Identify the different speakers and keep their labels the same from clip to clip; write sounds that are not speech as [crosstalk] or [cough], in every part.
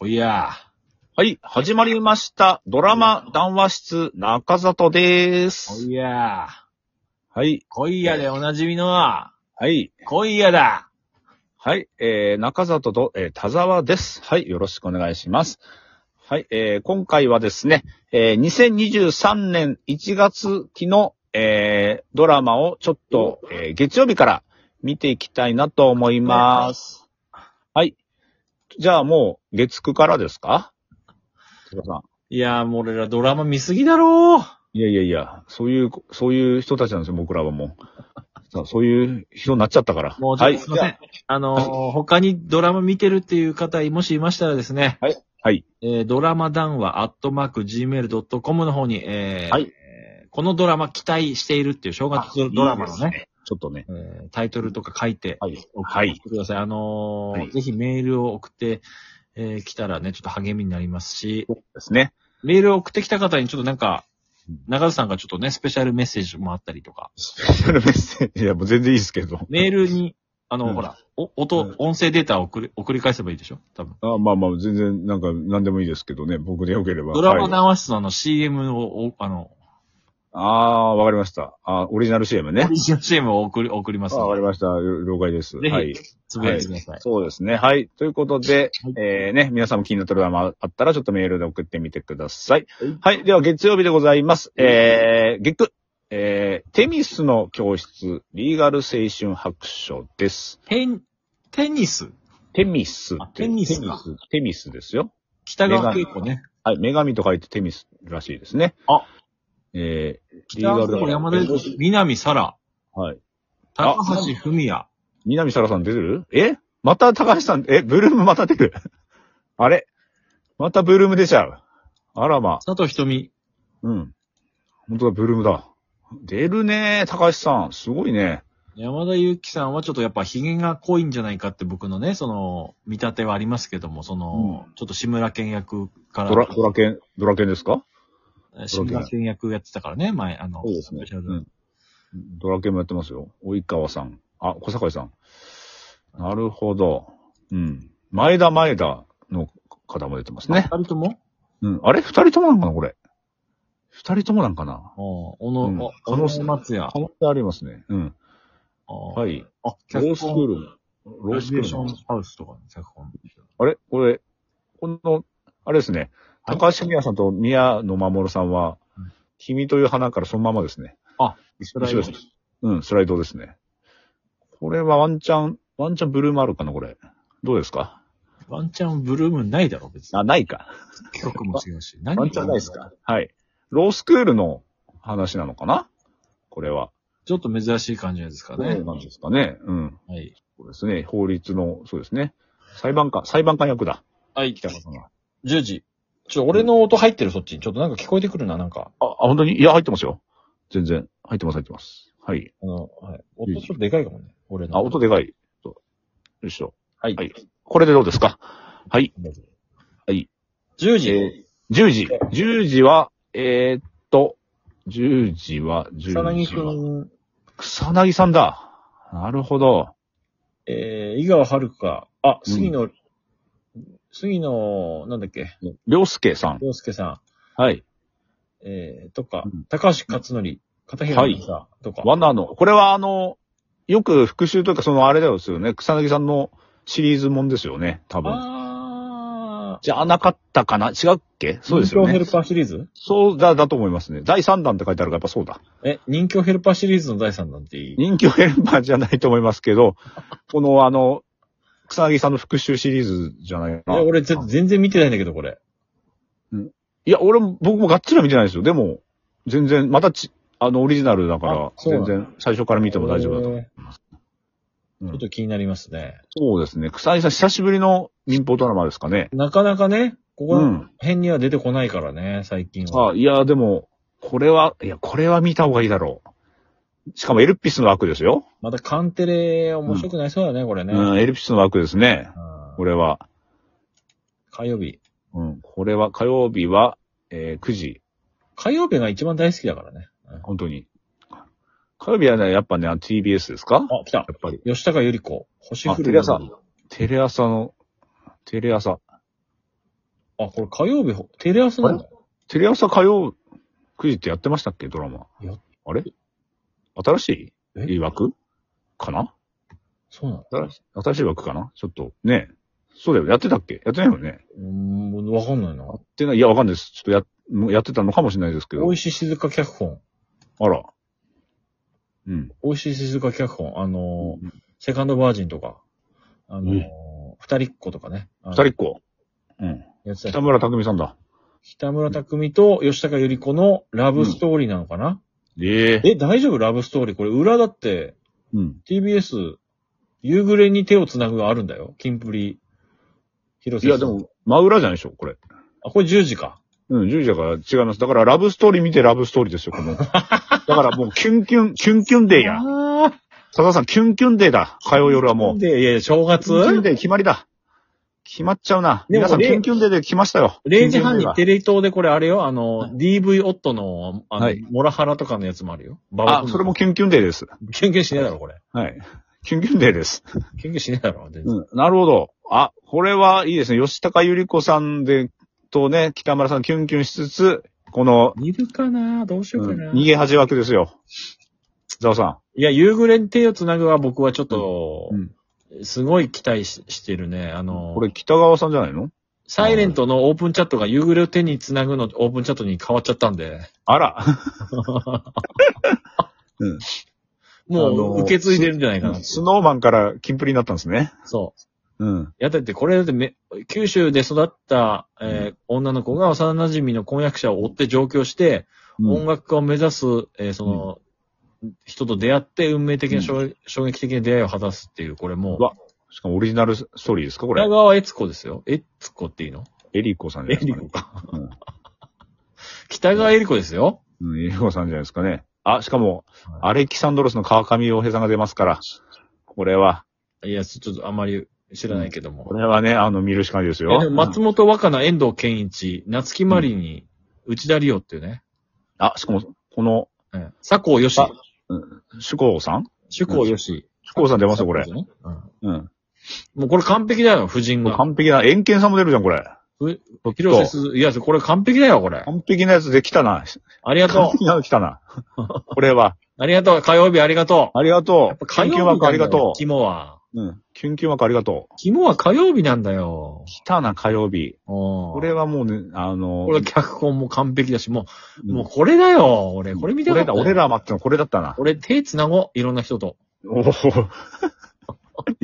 Speaker 1: おいや
Speaker 2: はい、始まりました。ドラマ談話室、中里でー
Speaker 1: お
Speaker 2: す。
Speaker 1: いや
Speaker 2: はい、
Speaker 1: こいやでおなじみの、
Speaker 2: はい、
Speaker 1: こいやだ
Speaker 2: はい、えー、中里と、えー、田沢です。はい、よろしくお願いします。はい、えー、今回はですね、えー、2023年1月期の、えー、ドラマをちょっと、えー、月曜日から見ていきたいなと思います。はい。じゃあもう、月9からですか田沢さん。
Speaker 1: いやーもう俺らドラマ見すぎだろー
Speaker 2: いやいやいや、そういう、そういう人たちなんですよ、僕らはもう。 [laughs] さあそういう人になっちゃったから。
Speaker 1: もうちょ
Speaker 2: は
Speaker 1: っと
Speaker 2: い。
Speaker 1: すいません。あのー他にドラマ見てるっていう方、もしいましたらですね。
Speaker 2: はいはい。
Speaker 1: えードラマ談話、アットマーク、gmail.com の方に、えー
Speaker 2: はい
Speaker 1: えーこのドラマ期待しているっていう正月ドラマの
Speaker 2: いい
Speaker 1: ね、
Speaker 2: です。ちょっとね。
Speaker 1: えータイトルとか書いて、
Speaker 2: はい。
Speaker 1: 送
Speaker 2: は
Speaker 1: って
Speaker 2: い。
Speaker 1: ください。あのー
Speaker 2: はい
Speaker 1: ぜひメールを送って、えー来たらね、ちょっと励みになりますし、
Speaker 2: ですね。
Speaker 1: メールを送ってきた方にちょっとなんか
Speaker 2: うん、
Speaker 1: 長田さんがちょっとね、スペシャルメッセージもあったりとか、
Speaker 2: スペシャルメッセージ。いや、もう全然いいですけど。
Speaker 1: メールに、あの、
Speaker 2: うん
Speaker 1: ほら、お音、
Speaker 2: うん
Speaker 1: 音声データを送り送り返せばいいでしょ多分。
Speaker 2: あまあまあ、全然、なんか、何でもいいですけどね。僕でよければ。
Speaker 1: ドラマ
Speaker 2: はい
Speaker 1: 談話室のあの CM を、おあの、
Speaker 2: ああー、わかりました。あーオリジナル CM ね
Speaker 1: オ。リジナル CM を送り、送りま
Speaker 2: あ
Speaker 1: す
Speaker 2: ーわか
Speaker 1: の
Speaker 2: りました。了了解です。
Speaker 1: で。
Speaker 2: はい
Speaker 1: ぜ。ひ、つぶやいてください。
Speaker 2: そうですね。はい。ということで、
Speaker 1: はい
Speaker 2: えーね、皆さんも気になったドラマあったら、ちょっとメールで送ってみてください
Speaker 1: はい。
Speaker 2: はい。では、月曜日でございます。えー、月9、えー、テニスの教室、リーガル青春白書です。
Speaker 1: テン、テニス
Speaker 2: テミスって。
Speaker 1: あテニス
Speaker 2: テミ
Speaker 1: か
Speaker 2: ス。テミスですよ。
Speaker 1: 北川景子ね。
Speaker 2: はい。女神と書いてテミスらしいですね。
Speaker 1: あ。
Speaker 2: えー、リ
Speaker 1: 北川景子、
Speaker 2: ー
Speaker 1: 山
Speaker 2: ガル
Speaker 1: 田
Speaker 2: 青春
Speaker 1: 裕貴南沙羅、
Speaker 2: はい。あ
Speaker 1: 高橋文也。
Speaker 2: 南沙羅さん出てるえまた高橋さん、え、ブルームまた出るあれまたブルーム出ちゃう。あらま。
Speaker 1: 佐藤瞳。
Speaker 2: うん。本当だ、ブルームだ。出るね高橋さん。すごいね。
Speaker 1: 山田裕貴さんはちょっとやっぱ髭が濃いんじゃないかって僕のね、その、見立てはありますけども、その、ちょっと志村けん役か
Speaker 2: ドラ、
Speaker 1: ら、
Speaker 2: ドラケン、ドラケンですか
Speaker 1: 志村けん役やってたからね、前、あの、スペシ
Speaker 2: う
Speaker 1: ャル
Speaker 2: ん。ドラケンもやってますよ。及川さん。あ、小坂井さん。なるほど。うん。前田前田の方も出てます
Speaker 1: ね。
Speaker 2: ね。
Speaker 1: 二人とも
Speaker 2: うん。あれ二人ともなのかなこれ。二人ともなんかな
Speaker 1: お
Speaker 2: うん
Speaker 1: の、
Speaker 2: 可
Speaker 1: 小
Speaker 2: 能
Speaker 1: 野
Speaker 2: 性
Speaker 1: 松也
Speaker 2: 可。能性ありますね。うん。
Speaker 1: は。
Speaker 2: はいい。
Speaker 1: あ、
Speaker 2: ロースクール。ロ
Speaker 1: ロ
Speaker 2: ー
Speaker 1: ー
Speaker 2: ス
Speaker 1: ス
Speaker 2: ク
Speaker 1: クー
Speaker 2: ール
Speaker 1: ル
Speaker 2: の
Speaker 1: の。ハウスとかの脚本。
Speaker 2: あれこれ、この、あれですね。
Speaker 1: はい
Speaker 2: 高橋宮さんと宮野真守さんは
Speaker 1: うん、
Speaker 2: 君という花からそのままですね。
Speaker 1: あ、
Speaker 2: 一緒です。うん、スライドですね。これはワンチャン、ワンチャンブルームあるかなこれ。どうですか
Speaker 1: ワンチャンブルームないだろ、別に。
Speaker 2: あ、ないか。
Speaker 1: 曲も違うし。何
Speaker 2: [laughs] ワンチャンないですかはい。ロースクールの話なのかなこれは。
Speaker 1: ちょっと珍しい感じですかね。
Speaker 2: なんですかね。うん。
Speaker 1: はい。
Speaker 2: そうですね。法律の、そうですね。裁判官、裁判官役だ。
Speaker 1: はい、
Speaker 2: 北川さんが。
Speaker 1: 10時。ちょ、俺の音入ってる、そっちに。ちょっとなんか聞こえてくるな、なんか。
Speaker 2: あ、あ、本当にいや、入ってますよ。全然。入ってます、入ってます。はい。
Speaker 1: あの、はい。
Speaker 2: 音ち
Speaker 1: と
Speaker 2: ょっ
Speaker 1: でかいかもね。俺
Speaker 2: あ、音でかい。そうよいしょ。
Speaker 1: はい
Speaker 2: はい。これでどうですかはい。はい。
Speaker 1: 10
Speaker 2: えー、10時。10時は、えー、っと、10時は、10時は。
Speaker 1: ん、
Speaker 2: 草薙さんだ。なるほど。
Speaker 1: えー、井川遥か。あ、
Speaker 2: 杉
Speaker 1: 野、杉野、なんだっけ、
Speaker 2: りょうすけさん。
Speaker 1: 洋介さ
Speaker 2: はい。
Speaker 1: ん、えー、とか
Speaker 2: うん
Speaker 1: 高橋克典、片
Speaker 2: 平美
Speaker 1: さんとか
Speaker 2: 罠の、これはあの、よく復習というか、そのあれだよですよね。草薙さんのシリーズもんですよね、多分。
Speaker 1: あ
Speaker 2: じゃなかったかな違うっけそうですよ
Speaker 1: 人気ヘ
Speaker 2: ね
Speaker 1: ル。パーシリーズ
Speaker 2: そうだ、だと思いますね。第3弾って書いてあるから、やっぱそうだ。
Speaker 1: え、人気ヘルパーシリーズの第3弾っていい
Speaker 2: 人気ヘルパーじゃないと思いますけど、このあの、草薙さんの復讐シリーズじゃないか
Speaker 1: え
Speaker 2: な。
Speaker 1: 俺ぜ全然見てないんだけど、これ。
Speaker 2: いや、俺も、僕もがっつりは見てないですよ。でも、全然、またち、あの、オリジナルだから
Speaker 1: あ、そうな
Speaker 2: 全
Speaker 1: んだ
Speaker 2: 然、最初から見ても大丈夫だと思う。
Speaker 1: え
Speaker 2: う
Speaker 1: ー
Speaker 2: ん
Speaker 1: ちょっと気になりますね。
Speaker 2: そうですね。草薙さん、久しぶりの民放ドラマですかね。
Speaker 1: なかなかね、ここ
Speaker 2: うん
Speaker 1: ら辺には出てこないからね、最近は。
Speaker 2: あ、いや、でも、これは、いや、これは見た方がいいだろう。しかも、エルピスの枠ですよ。
Speaker 1: またカンテレ面白くなりそうだね、これね。
Speaker 2: うん、エルピスの枠ですね。
Speaker 1: うん
Speaker 2: これは。
Speaker 1: 火曜日。
Speaker 2: うん、これは、火曜日は、えー9時。
Speaker 1: 火曜日が一番大好きだからね。うん
Speaker 2: 本当に。火曜日はね、やっぱね、TBS ですか
Speaker 1: あ、来た
Speaker 2: や。っぱり。
Speaker 1: 吉高由里子。星
Speaker 2: あ、
Speaker 1: 降
Speaker 2: テ
Speaker 1: る
Speaker 2: レ
Speaker 1: 夜に
Speaker 2: 朝。テレ朝の、テレ朝。
Speaker 1: あ、これ火曜日、テレ朝なんだ。
Speaker 2: テレ朝火曜9時ってやってましたっけドラマ
Speaker 1: や。
Speaker 2: あれ新し
Speaker 1: え
Speaker 2: い枠かな
Speaker 1: そうなの
Speaker 2: 新しい新しい枠かなちょっと、ねそうだよ。やってたっけやってないよね。
Speaker 1: うーん、わかんないな
Speaker 2: や。ってない。いや、わかんないです。ちょっとや、もうやってたのかもしれないですけ
Speaker 1: 美
Speaker 2: ど。
Speaker 1: 味しい静か脚本。
Speaker 2: あら。うん。
Speaker 1: 美味しい静か脚本。あのー、
Speaker 2: うん
Speaker 1: セカンドバージンとか、あのー
Speaker 2: うん、
Speaker 1: 二人っ子とかね。
Speaker 2: 二
Speaker 1: 二
Speaker 2: 人っ子。うん。
Speaker 1: やってた
Speaker 2: 北村匠海さんだ。
Speaker 1: 北村匠海と吉高由里子のラブストーリーなのかな、
Speaker 2: ええ
Speaker 1: え、大丈夫ラブストーリー。これ裏だって、
Speaker 2: うん。
Speaker 1: TBS、夕暮れに手を繋ぐがあるんだよ。キンプリ、広
Speaker 2: い
Speaker 1: 瀬
Speaker 2: や、
Speaker 1: さん
Speaker 2: で。も、真裏じゃないでしょ、これ。
Speaker 1: あ、これ10時か。
Speaker 2: うん、10時だから違います。だから、ラブストーリー見てラブストーリーですよ、
Speaker 1: [laughs]
Speaker 2: この。だからもう、キュンキュン、キュンキュンデーや。
Speaker 1: ああ。
Speaker 2: 佐田さん、キュンキュンデーだ。火曜夜はもう。
Speaker 1: で、いやいや、正
Speaker 2: キュンキュン
Speaker 1: 月
Speaker 2: デー決まりだ。決まっちゃうな。
Speaker 1: でも
Speaker 2: 皆さん、
Speaker 1: れい
Speaker 2: キュンキュンデーで来ましたよ。
Speaker 1: ?0 時半に
Speaker 2: キュンキュンデーが
Speaker 1: テレ東でこれあれよ、あの、DV 夫の、あの、
Speaker 2: はい
Speaker 1: モラハラとかのやつもあるよ。バ
Speaker 2: あ、それもキュンキュンデーです。
Speaker 1: キュンキュンしねえだろ、これ。
Speaker 2: はい。キュンキュンデーです。
Speaker 1: キュンキュンしねえだろ、全然。
Speaker 2: うん、なるほど。あ、これはいいですね。吉高由里子さんで、とね、北村さんキュンキュンしつつ、この、
Speaker 1: いるかなどうしようかな、
Speaker 2: うん逃
Speaker 1: い
Speaker 2: げ恥枠ですよ。ザオさ
Speaker 1: や、夕暮れに手を繋ぐは僕はちょっと
Speaker 2: うん、
Speaker 1: すごい期待ししてるね。あ
Speaker 2: ん。
Speaker 1: の
Speaker 2: こ、れ北川さんじゃないの
Speaker 1: サイレントのオープンチャットが夕暮れを手に繋ぐのオープンチャットに変わっちゃったんで、
Speaker 2: あら。うんあ
Speaker 1: も
Speaker 2: の
Speaker 1: う受け継いでるんじゃないかなって
Speaker 2: スノーマンからキンプリになったんですね。
Speaker 1: そう。
Speaker 2: うん。
Speaker 1: いや、だってこれだってめ、九州で育った、えー女の子が幼馴染の婚約者を追って上京して、音
Speaker 2: うん
Speaker 1: 楽家を目指す、えーその、人と出会って、運命的な衝,、衝撃的な出会いを果たすっていう、これも
Speaker 2: うわしかもオリジナルストーリーですかこ
Speaker 1: う、裏
Speaker 2: れ。
Speaker 1: 側は悦子ですよ。悦子っていいの
Speaker 2: エリコさんじゃないですか、ね。
Speaker 1: か
Speaker 2: うん。
Speaker 1: 北川エリコですよ。
Speaker 2: うん、エリコさんじゃないですかね。あ、しかも
Speaker 1: はい、
Speaker 2: アレキサンドロスの川上洋平さんが出ますから。これは、
Speaker 1: いや、ちょっとあんまり知らないけども。
Speaker 2: これはね、あの、見るしかないです
Speaker 1: え
Speaker 2: よ
Speaker 1: でも。松本若菜、遠藤健一、夏木マリに、内田理央っていうね。
Speaker 2: あ、しかも、この、
Speaker 1: うん。佐藤よし。
Speaker 2: あ主公さん
Speaker 1: 主公よし。
Speaker 2: 主公さん出ますよ、これ
Speaker 1: 佐。藤ねうん
Speaker 2: うん。
Speaker 1: もうこれ完璧だよ、夫人が。
Speaker 2: 完璧な、円形さんも出るじゃん、これ。
Speaker 1: え
Speaker 2: ちょっと
Speaker 1: 広瀬すず、いや、これ完璧だよ、これ。
Speaker 2: 完璧なやつできたな。
Speaker 1: ありが
Speaker 2: 完
Speaker 1: と
Speaker 2: 璧なの来
Speaker 1: [laughs]
Speaker 2: たな。これは。
Speaker 1: う。ありがとう。火曜日ありがとう。
Speaker 2: ありがとう。キ
Speaker 1: 火
Speaker 2: ュン
Speaker 1: 曜
Speaker 2: キ
Speaker 1: 日
Speaker 2: ュ
Speaker 1: なん
Speaker 2: ン
Speaker 1: だ
Speaker 2: 枠
Speaker 1: よ
Speaker 2: ありがと
Speaker 1: 肝は。
Speaker 2: う。うん。キュンキュン枠ありがとう。
Speaker 1: 肝は火曜日なんだよ。
Speaker 2: 来たな、火曜日。
Speaker 1: こ
Speaker 2: これ、はもうね、あの、
Speaker 1: これ脚本も完璧だし、もう、
Speaker 2: うん
Speaker 1: もうこれだよ、俺。これ見たか
Speaker 2: 俺
Speaker 1: った
Speaker 2: だ、
Speaker 1: よ。
Speaker 2: 俺ら待ってたのこれだったな。
Speaker 1: 俺手繋ごう、いろんな人と。
Speaker 2: おお。い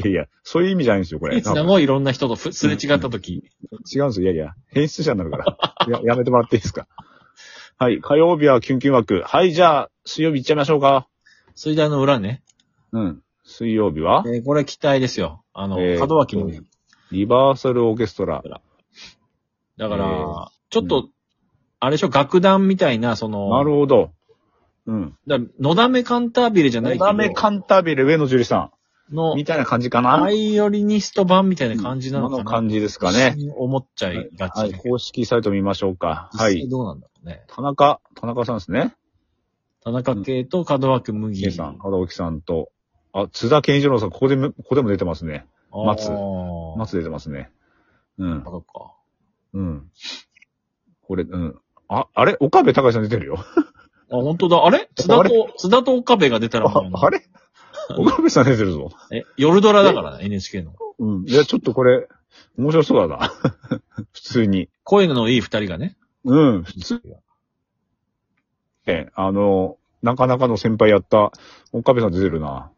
Speaker 2: やいや、そういう意味じゃないんですよ、これ。
Speaker 1: 手繋ごう、いろんな人とふすれ違った時。
Speaker 2: 違うんですよ。いやいや、変質者になるから。や、や [laughs] めてもらっていいですか。はい。火曜日はキュンキュン枠。はい、じゃあ、水曜日行っちゃいましょうか。
Speaker 1: 水大の裏ね。
Speaker 2: うん。水曜日は、
Speaker 1: えーこれ期待ですよ。あの、
Speaker 2: えー
Speaker 1: 門脇麦。
Speaker 2: リバーサルオーケストラ。
Speaker 1: だか
Speaker 2: え
Speaker 1: ら、ちょっ
Speaker 2: う
Speaker 1: と、あれでしょ、楽団みたいな、その、
Speaker 2: なるほど。うん。
Speaker 1: だからのだめカンタービレじゃないけど、
Speaker 2: ダメカンタービレ上野樹里さん。
Speaker 1: の
Speaker 2: み、たいな感じかな。
Speaker 1: バイオリニスト版みたいな感じなの
Speaker 2: 今
Speaker 1: かな。
Speaker 2: の感じですかね。。
Speaker 1: 思っちゃいが
Speaker 2: はい。
Speaker 1: ち。
Speaker 2: 公式サイト見ましょうか。は
Speaker 1: 実際
Speaker 2: い。
Speaker 1: どうなんだろうね。
Speaker 2: 田中、田中さんですね。
Speaker 1: 田中圭と門脇麦。
Speaker 2: K さん、肌置さんと。あ、津田健一郎さん、ここでも、ここでも出てますね。
Speaker 1: あー。
Speaker 2: 松
Speaker 1: 松。
Speaker 2: 松出てますね。うん
Speaker 1: あ、。そっか。
Speaker 2: うん。これ、うん。あ、あれ岡部隆さん出てるよ。
Speaker 1: あ、本当だ。あれ津田
Speaker 2: あ
Speaker 1: と、津田と岡部が出たら
Speaker 2: あ
Speaker 1: もう、
Speaker 2: あれ [laughs] 岡部さん出てるぞ。
Speaker 1: え、夜ドラだからね、NHK の。
Speaker 2: うん。いや、ちょっとこれ、面白そうだな。 [laughs] 普通に。
Speaker 1: 声のいい二人がね。
Speaker 2: うん、普通。え、あの、なかなかの先輩やった、岡部さん出てるな。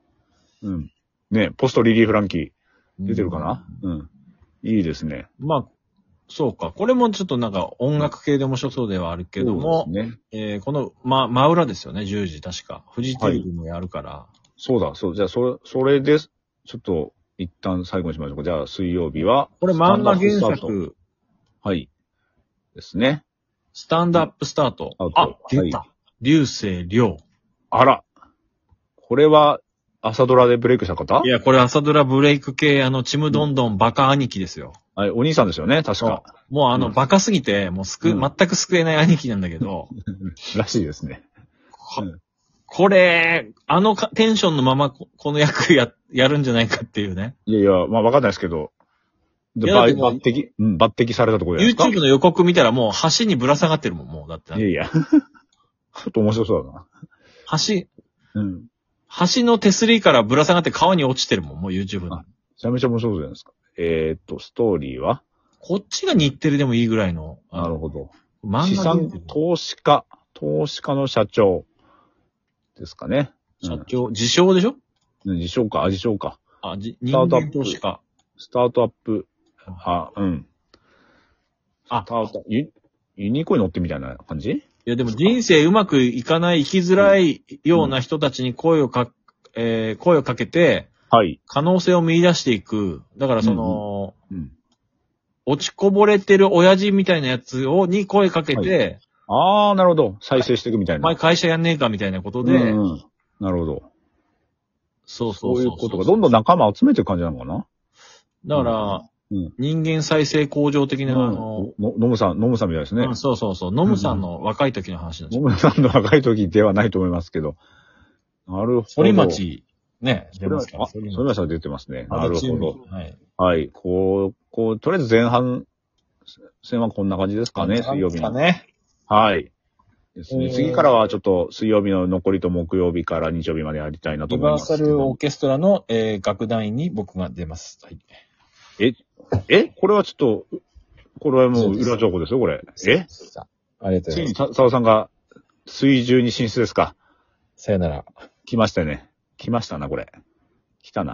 Speaker 2: うん。ね、ポストリリー・フランキー、出てるかなうん。いいですね。
Speaker 1: うんまあ、そうか。これもちょっとなんか音楽系で面白そうではあるけども、
Speaker 2: そうですね。
Speaker 1: えーこの、ま、真裏ですよね、10時確か。フジテレビもやるから。
Speaker 2: そうだ、そう。じゃあ、それ、それです。ちょっと、一旦最後にしましょうか。じゃあ、水曜日は、
Speaker 1: これ漫画
Speaker 2: スタンダ
Speaker 1: 原
Speaker 2: ップスタート。
Speaker 1: 作、
Speaker 2: はい。ですね。
Speaker 1: スタンドアップスタート。
Speaker 2: うん
Speaker 1: あ、出
Speaker 2: は
Speaker 1: た。流星涼。
Speaker 2: あら。これは、朝ドラでブレイクした方
Speaker 1: いや、これ朝ドラブレイク系、あの、ちむどんどんバカ兄貴ですよ。
Speaker 2: はい、お兄さんですよね、確か。
Speaker 1: もうあ
Speaker 2: う
Speaker 1: の、
Speaker 2: ん
Speaker 1: バカすぎて、もうすく、
Speaker 2: うん
Speaker 1: 全く救えない兄貴なんだけど、
Speaker 2: らしいですね。
Speaker 1: こ
Speaker 2: うん
Speaker 1: これ、あのかテンションのままこ、この役や、やるんじゃないかっていうね。
Speaker 2: いやいや、まあ、わかんないですけど、
Speaker 1: い
Speaker 2: で、
Speaker 1: やだって
Speaker 2: 抜
Speaker 1: もう
Speaker 2: 抜擢、うん、抜擢されたところじゃないですか。
Speaker 1: YouTube の予告見たらもう橋にぶら下がってるもん、もう。だって。
Speaker 2: いやいや。 [laughs] ちょっと面白そうだな。
Speaker 1: 橋、
Speaker 2: うん。め
Speaker 1: 橋の手すりからぶら下がって川に落ちてるもん、もう YouTube の
Speaker 2: あ。ちゃめちゃ面白そうじゃないですか。えーっと、ストーリーは
Speaker 1: こっちが日テレでもいいぐらいの。
Speaker 2: なるほ
Speaker 1: ど。
Speaker 2: ど。
Speaker 1: 漫画
Speaker 2: 資
Speaker 1: で
Speaker 2: 産
Speaker 1: 言うと
Speaker 2: 投資家、投資家の社長ですかね。
Speaker 1: 社長、自称でしょ
Speaker 2: うん、自称か、あ、自称か。
Speaker 1: あ、じ
Speaker 2: ス
Speaker 1: 人
Speaker 2: タートアッ
Speaker 1: 間
Speaker 2: プ
Speaker 1: 投資家。
Speaker 2: スタートアップ、あ、うん。
Speaker 1: あ
Speaker 2: スタートユ、ユニコーンに乗ってみたいな感じ
Speaker 1: いや、でも人生うまくいかない、生きづらいような人たちに声をか、えー声をかけて、
Speaker 2: はい。
Speaker 1: 可能性を見出していく。だからその、
Speaker 2: うん。
Speaker 1: 落ちこぼれてる親父みたいなやつを、に声かけて、
Speaker 2: あー、なるほど。再生していくみたい
Speaker 1: お
Speaker 2: な。
Speaker 1: 前会社やんねえかみたいなことで、
Speaker 2: うんうんなるほど。
Speaker 1: そうそ
Speaker 2: そう
Speaker 1: そうう
Speaker 2: い
Speaker 1: そう
Speaker 2: ことが、どんどん仲間集めていく感じなのかな
Speaker 1: だから、
Speaker 2: うん
Speaker 1: 人間再生向上的な、あの、
Speaker 2: の、のむさん、のむさんみたいですね
Speaker 1: うん。そうそうそう、ノムさんの若い時の話なんです
Speaker 2: の
Speaker 1: よ。
Speaker 2: むさんの若い時ではないと思いますけど。なるほど。
Speaker 1: 堀。町、ね、出
Speaker 2: それ
Speaker 1: ま
Speaker 2: は
Speaker 1: すから。、
Speaker 2: それは出てますね。なる
Speaker 1: 足立
Speaker 2: ほ
Speaker 1: 由美
Speaker 2: ど。
Speaker 1: はい。
Speaker 2: はい。こう、こう、とりあえず前半戦はこんな感じですかね、水曜日
Speaker 1: か
Speaker 2: の。
Speaker 1: ね。
Speaker 2: はい。です
Speaker 1: え
Speaker 2: ね。
Speaker 1: ー
Speaker 2: 次からはちょっと水曜日の残りと木曜日から日曜日までやりたいなと
Speaker 1: リ
Speaker 2: 思い
Speaker 1: バ
Speaker 2: ま
Speaker 1: ー
Speaker 2: すけ
Speaker 1: サ
Speaker 2: ど。
Speaker 1: ルオーケストラの、えー楽団員に僕が出ます。はい。
Speaker 2: えこれはちょっと、これはも
Speaker 1: そう
Speaker 2: う
Speaker 1: です
Speaker 2: 裏情報ですよ、これ。え
Speaker 1: さあありがとうござ
Speaker 2: つ
Speaker 1: いま
Speaker 2: い
Speaker 1: す。
Speaker 2: にさ沢さんが水中に進出ですか。
Speaker 1: さよなら。
Speaker 2: 来ましたね。来ましたな、これ。来たな。